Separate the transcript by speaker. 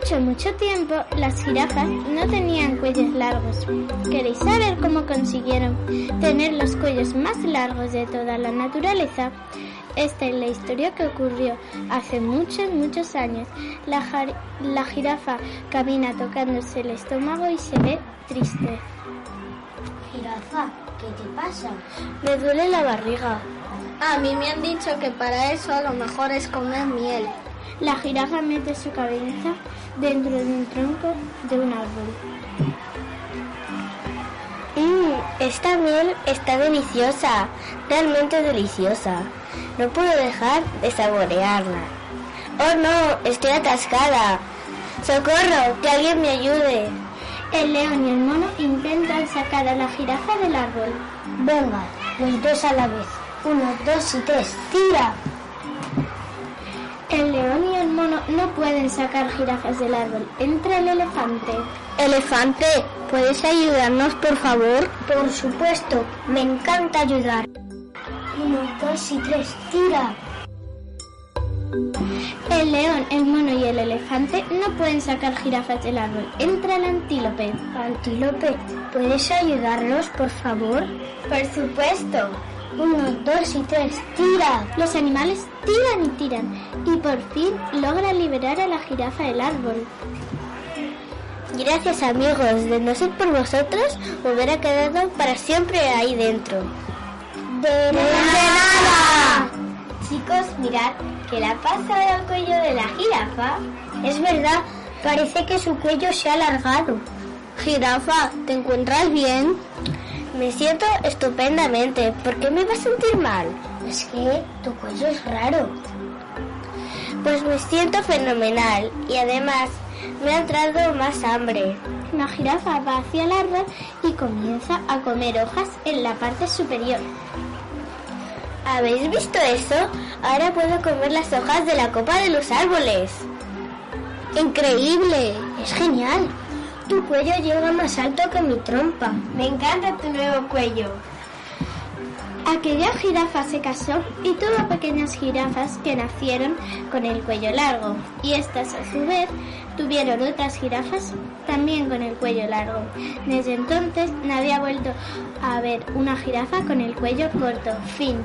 Speaker 1: mucho, mucho tiempo las jirafas no tenían cuellos largos. ¿Queréis saber cómo consiguieron tener los cuellos más largos de toda la naturaleza? Esta es la historia que ocurrió hace muchos, muchos años. La, jar- la jirafa camina tocándose el estómago y se ve triste.
Speaker 2: Jirafa, ¿qué te pasa? Ah,
Speaker 1: Me duele la barriga.
Speaker 2: A mí me han dicho que para eso a lo mejor es comer miel.
Speaker 1: La jirafa mete su cabeza dentro de un tronco de un árbol.
Speaker 3: Mmm, esta miel está deliciosa, realmente deliciosa. No puedo dejar de saborearla. Oh no, estoy atascada. Socorro, que alguien me ayude.
Speaker 1: El león y el mono intentan sacar a la jirafa del árbol.
Speaker 2: Venga, los dos a la vez. Uno, dos y tres. ¡Tira!
Speaker 1: El león y el mono no pueden sacar jirafas del árbol. Entra el elefante.
Speaker 3: Elefante, ¿puedes ayudarnos, por favor?
Speaker 2: Por supuesto, me encanta ayudar. Uno, dos y tres. ¡Tira!
Speaker 1: El león, el mono y el elefante no pueden sacar jirafas del árbol. Entra el antílope.
Speaker 2: Antílope, ¿puedes ayudarnos, por favor?
Speaker 3: Por supuesto.
Speaker 2: Uno, dos y tres. ¡Tira!
Speaker 1: Los animales tiran y tiran y por fin logran liberar a la jirafa del árbol.
Speaker 3: Gracias amigos, de no ser por vosotros, me hubiera quedado para siempre ahí dentro.
Speaker 2: ¡De, nada!
Speaker 3: Chicos, mirad que la pasa del cuello de la jirafa.
Speaker 2: Es verdad, parece que su cuello se ha alargado.
Speaker 3: Jirafa, ¿te encuentras bien? Me siento estupendamente. ¿Por qué me va a sentir mal?
Speaker 2: Es
Speaker 3: ¿Eh?
Speaker 2: que tu cuello es raro.
Speaker 3: Pues me siento fenomenal y además me ha entrado más hambre.
Speaker 1: La jirafa va hacia el árbol y comienza a comer hojas en la parte superior.
Speaker 3: ¿Habéis visto eso? Ahora puedo comer las hojas de la copa de los árboles. ¡Increíble!
Speaker 2: Es genial. Tu cuello llega más alto que mi trompa.
Speaker 3: Me encanta tu nuevo cuello.
Speaker 1: Aquella jirafa se casó y tuvo pequeñas jirafas que nacieron con el cuello largo y estas a su vez tuvieron otras jirafas también con el cuello largo. Desde entonces nadie ha vuelto a ver una jirafa con el cuello corto. Fin.